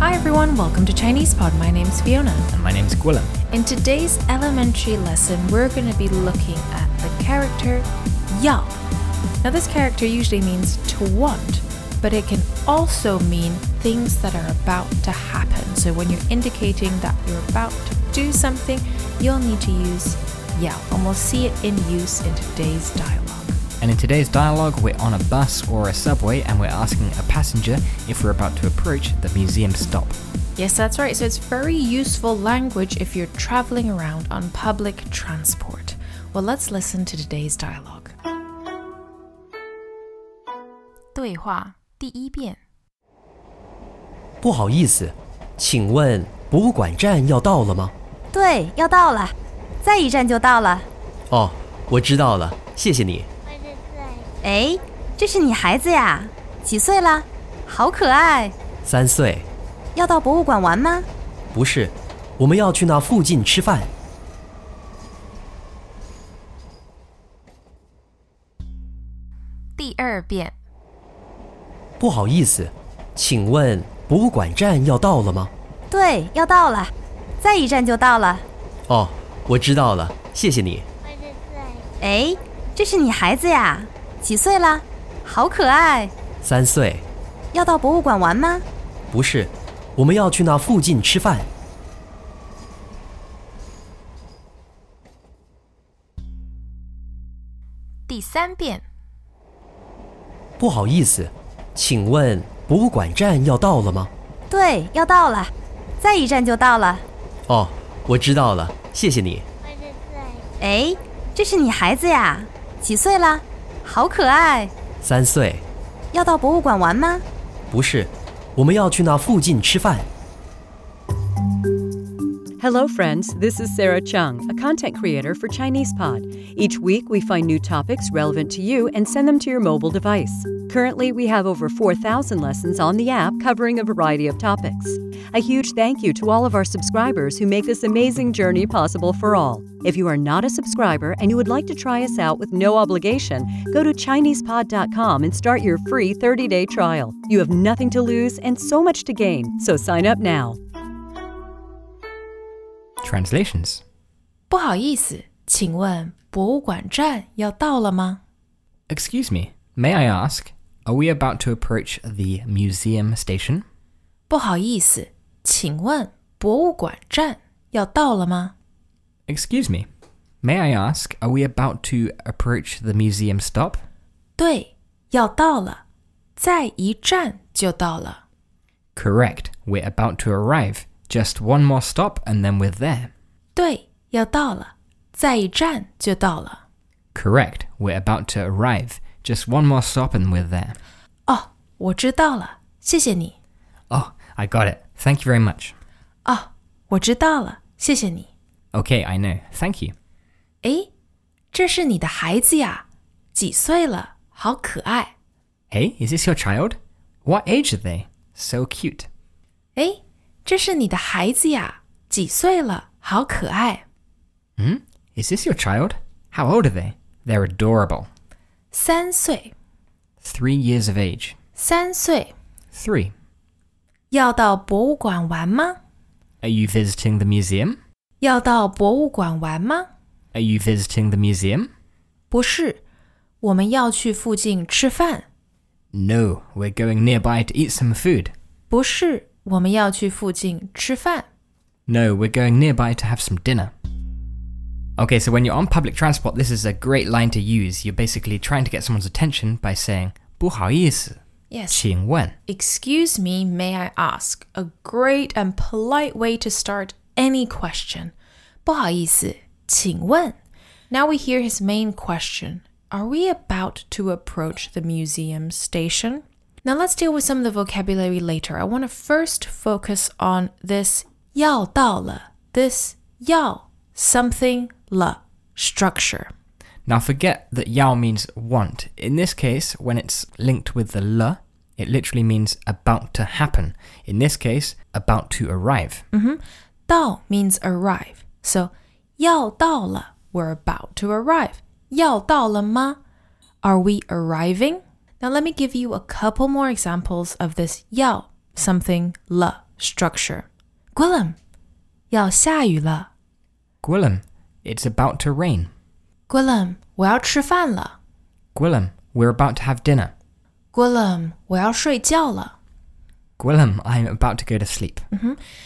Hi everyone, welcome to Chinese Pod. My name's Fiona. And my name's Gwilym. In today's elementary lesson, we're going to be looking at the character Yao. Now, this character usually means to want, but it can also mean things that are about to happen. So, when you're indicating that you're about to do something, you'll need to use Yao, and we'll see it in use in today's dialogue. And in today's dialogue, we're on a bus or a subway and we're asking a passenger if we're about to approach the museum stop. Yes, that's right. So it's very useful language if you're traveling around on public transport. Well, let's listen to today's dialogue. 对话第一遍，不好意思，请问博物馆站要到了吗？对，要到了，再一站就到了。哦，我知道了，谢谢你。哎，这是你孩子呀？几岁了？好可爱！三岁，要到博物馆玩吗？不是，我们要去那附近吃饭。第二遍，不好意思，请问博物馆站要到了吗？对，要到了，再一站就到了。哦，我知道了，谢谢你。哎，这是你孩子呀？几岁了？好可爱！三岁，要到博物馆玩吗？不是，我们要去那附近吃饭。第三遍，不好意思，请问博物馆站要到了吗？对，要到了，再一站就到了。哦，我知道了，谢谢你。哎，这是你孩子呀？几岁了？好可爱！三岁，要到博物馆玩吗？不是，我们要去那附近吃饭。 Hello, friends. This is Sarah Chung, a content creator for Chinese Pod. Each week, we find new topics relevant to you and send them to your mobile device. Currently, we have over 4,000 lessons on the app covering a variety of topics. A huge thank you to all of our subscribers who make this amazing journey possible for all. If you are not a subscriber and you would like to try us out with no obligation, go to ChinesePod.com and start your free 30 day trial. You have nothing to lose and so much to gain, so sign up now. Translations. 不好意思，请问博物馆站要到了吗？ Excuse me, may I ask, are we about to approach the museum station? 不好意思，请问博物馆站要到了吗？ Excuse me, may I ask, are we about to approach the museum stop? 对，要到了，再一站就到了。 Correct, we're about to arrive. Just one more stop and then we're there. 对，要到了，再一站就到了。 Correct, we're about to arrive. Just one more stop and we're there. 哦，我知道了，谢谢你。 Oh, I got it. Thank you very much. 哦，我知道了，谢谢你。 Okay, I know. Thank you. 诶，哎这是你的孩子呀？几岁了？好可爱。 Hey, is this your child? What age are they? So cute. 诶，哎这是你的孩子呀？几岁了？好可爱。 Hmm? Is this your child? How old are they? They're adorable. 三岁， Three years of age. 三岁， Three. 要到博物馆玩吗？ Are you visiting the museum? 要到博物馆玩吗？ Are you visiting the museum? 不是，我们要去附近吃饭。 No, we're going nearby to eat some food. 不是，我们要去附近吃饭。 No, we're going nearby to have some dinner. Okay, so when you're on public transport, this is a great line to use. You're basically trying to get someone's attention by saying, 不好意思,请问. Yes. Excuse me, may I ask? A great and polite way to start any question. 不好意思，请问. Now we hear his main question. Are we about to approach the museum station? Now let's deal with some of the vocabulary later. I want to first focus on this 要到了, this 要 something 了 structure. Now forget that yao means want. In this case, when it's linked with the le, it literally means about to happen. In this case, about to arrive. 到 means arrive. So 要到了. We're about to arrive. 要到了吗? Are we arriving? Now let me give you a couple more examples of this 要 something 了 structure. Gwilym, 要下雨了. Gwillem, it's about to rain. Gwilym, 我要吃饭了. Gwillem, we're about to have dinner. Gwilym, 我要睡觉了. Gwillem, I'm about to go to sleep.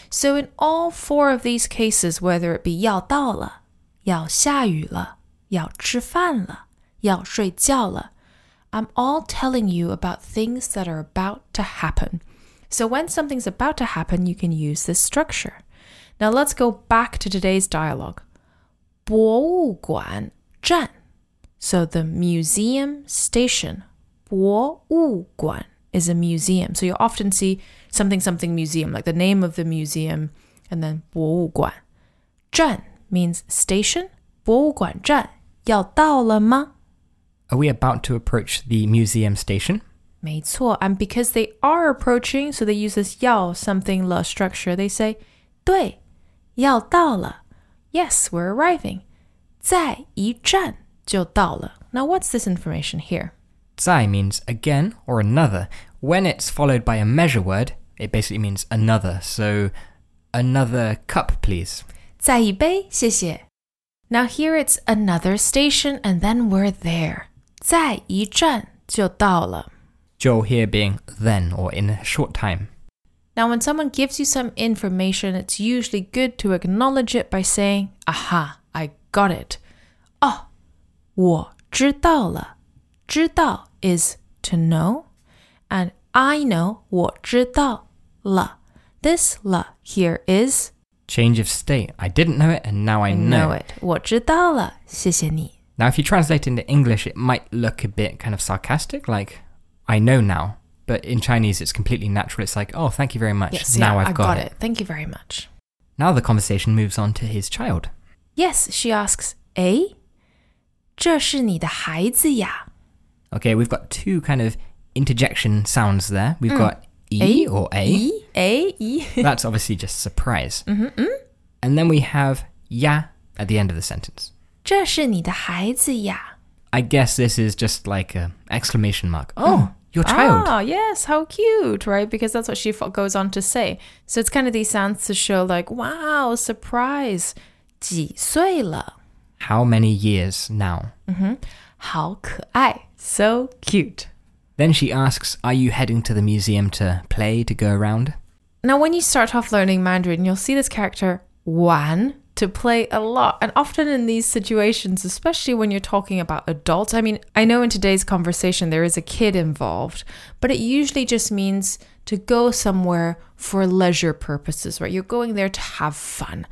So in all four of these cases, whether it be 要到了,要下雨了,要吃饭了,要睡觉了, I'm all telling you about things that are about to happen. So when something's about to happen, you can use this structure. Now let's go back to today's dialogue. 博物馆站. So the museum station. 博物馆 is a museum. So you'll often see something something museum, like the name of the museum, and then 博物馆.站 means station. 博物馆站要到了吗? Are we about to approach the museum station? 没错, and because they are approaching, so they use this 要 something 了 structure. They say 对,要到了. Yes, we're arriving. 在一站就到了. Now, what's this information here? Zai means again or another. When it's followed by a measure word, it basically means another. So, another cup, please. 再一杯,谢谢. Now here it's another station and then we're there. 再一站就到了. Joel here being then or in a short time. Now when someone gives you some information, it's usually good to acknowledge it by saying, "Aha, I got it." Oh, 我知道了.知道 is to know and I know 我知道了. This 了 here is Change of state. I didn't know it and now I, know it. 我知道了,谢谢你. Now, if you translate into English, it might look a bit kind of sarcastic, like, I know now. But in Chinese, it's completely natural. It's like, oh, thank you very much. Yes, now yeah, I've I got, it. Thank you very much. Now the conversation moves on to his child. Yes, she asks, 诶，这是你的孩子呀？ Okay, we've got two kind of interjection sounds there. We've got E or A. 诶，咦。 That's obviously just surprise. Mm. Mm-hmm. And then we have ya at the end of the sentence. 这是你的孩子呀？ I guess this is just like an exclamation mark. Oh, your child. Ah, yes, how cute, right? Because that's what she fo- goes on to say. So it's kind of these sounds to show like, wow, surprise. 几岁了？ How many years now? 好可爱。So cute. Then she asks, Are you heading to the museum to play, to go around? Now, when you start off learning Mandarin, you'll see this character Wan to play a lot. And often in these situations, especially when you're talking about adults, I mean, I know in today's conversation there is a kid involved, but it usually just means to go somewhere for leisure purposes, right? You're going there to have fun.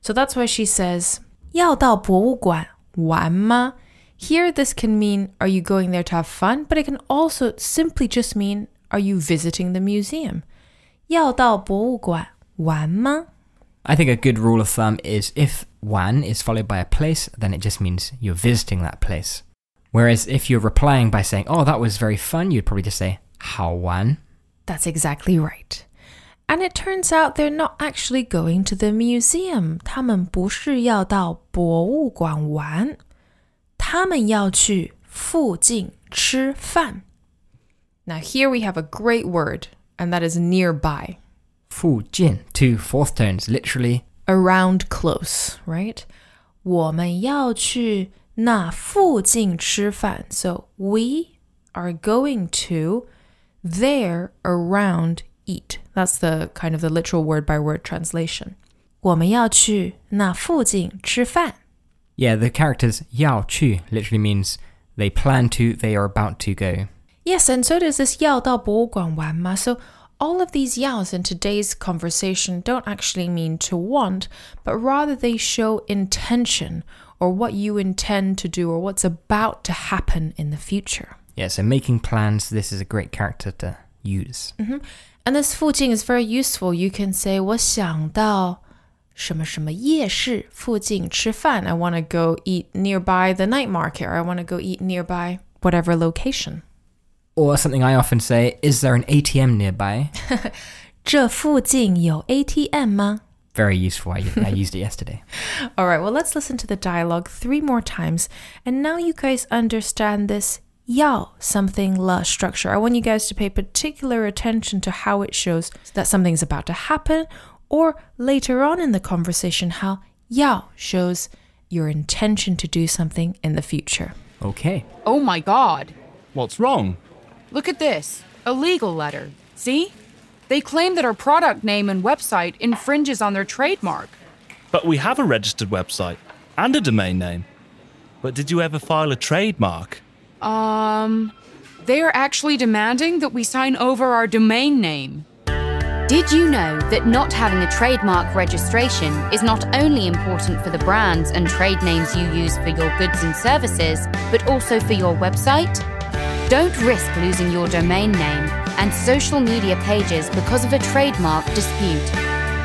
So that's why she says, 要到博物馆玩吗? Here, this can mean, are you going there to have fun? But it can also simply just mean, are you visiting the museum? 要到博物馆玩吗？ I think a good rule of thumb is if Wan is followed by a place, then it just means you're visiting that place. Whereas if you're replying by saying, Oh, that was very fun, you'd probably just say, How Wan? That's exactly right. And it turns out they're not actually going to the museum. 他们不是要到博物馆玩，他们要去附近吃饭。Now here we have a great word, and that is nearby. Fu Jin. Two fourth tones, literally. around close, right? 我们要去那附近吃饭. So we are going to there around eat. That's the kind of the literal word by word translation. 我们要去那附近吃饭. Yeah, the characters Yao Chu literally means they plan to, they are about to go. Yes, and so does this 要到博物馆玩吗? So all of these yaos in today's conversation don't actually mean to want, but rather they show intention or what you intend to do or what's about to happen in the future. Yeah, so making plans, this is a great character to use. And this 附近 is very useful. You can say 我想到什么什么夜市附近吃饭. I want to go eat nearby the night market or I want to go eat nearby whatever location. Or something I often say, Is there an ATM nearby? 这附近有 ATM 吗? Very useful. I, I used it yesterday. All right, well, let's listen to the dialogue three more times. And now you guys understand this yao something la structure. I want you guys to pay particular attention to how it shows that something's about to happen, or later on in the conversation, how yao shows your intention to do something in the future. Okay. Oh my god. What's wrong? Look at this a legal letter. See? They claim that our product name and website infringes on their trademark. But we have a registered website and a domain name. But did you ever file a trademark? Um, they are actually demanding that we sign over our domain name. Did you know that not having a trademark registration is not only important for the brands and trade names you use for your goods and services, but also for your website? Don't risk losing your domain name and social media pages because of a trademark dispute.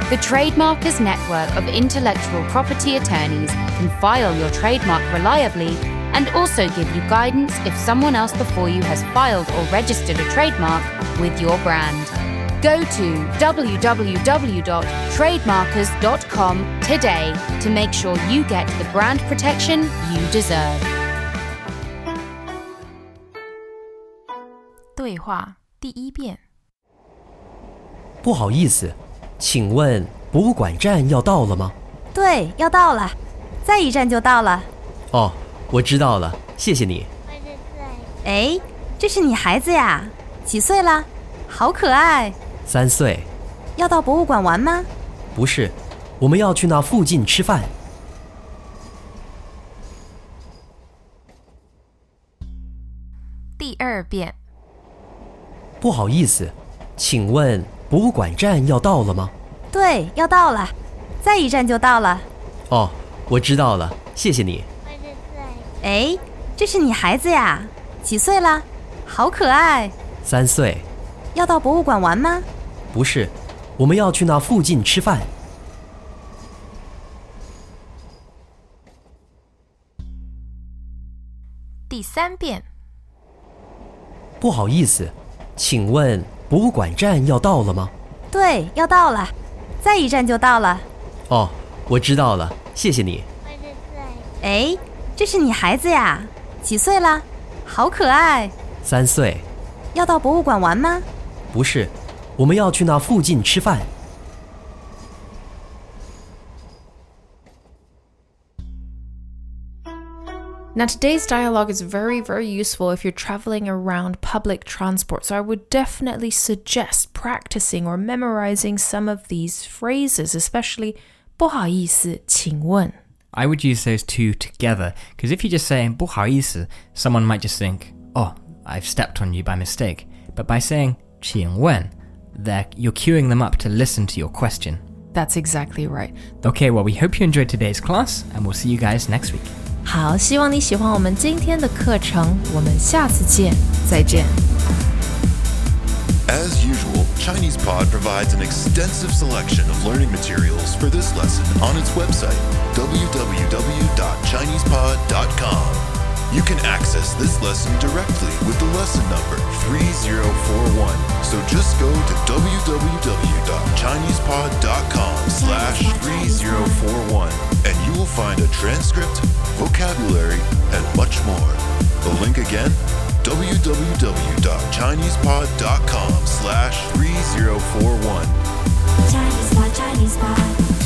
The Trademarkers Network of Intellectual Property Attorneys can file your trademark reliably and also give you guidance if someone else before you has filed or registered a trademark with your brand. Go to www.trademarkers.com today to make sure you get the brand protection you deserve. 对话第一遍。不好意思，请问博物馆站要到了吗？对，要到了，再一站就到了。哦，我知道了，谢谢你。哎，这是你孩子呀？几岁了？好可爱！三岁，要到博物馆玩吗？不是，我们要去那附近吃饭。第二遍。不好意思，请问博物馆站要到了吗？对，要到了，再一站就到了。哦，我知道了，谢谢你。哎，这是你孩子呀？几岁了？好可爱！三岁，要到博物馆玩吗？不是，我们要去那附近吃饭。第三遍。不好意思，请问博物馆站要到了吗？对，要到了，再一站就到了。哦，我知道了，谢谢你。哎，这是你孩子呀？几岁了？好可爱！三岁，要到博物馆玩吗？不是，我们要去那附近吃饭。 Now, today's dialogue is very, very useful if you're traveling around public transport. So, I would definitely suggest practicing or memorizing some of these phrases, especially 不好意思,请问. I would use those two together because if you just say 不好意思, someone might just think, "Oh, I've stepped on you by mistake." But by saying 请问, they're you're queuing them up to listen to your question. That's exactly right. Okay, well, we hope you enjoyed today's class, and we'll see you guys next week. 好，希望你喜欢我们今天的课程，我们下次见，再见。 As usual, ChinesePod provides an extensive selection of learning materials for this lesson on its website, www.chinesepod.com. You can access this lesson directly with the lesson number 3041. So just go to www.chinesepod.com slash 3041 and you will find a transcript, vocabulary, and much more. The link again, www.chinesepod.com slash 3041. Chinese spot, Chinese spot.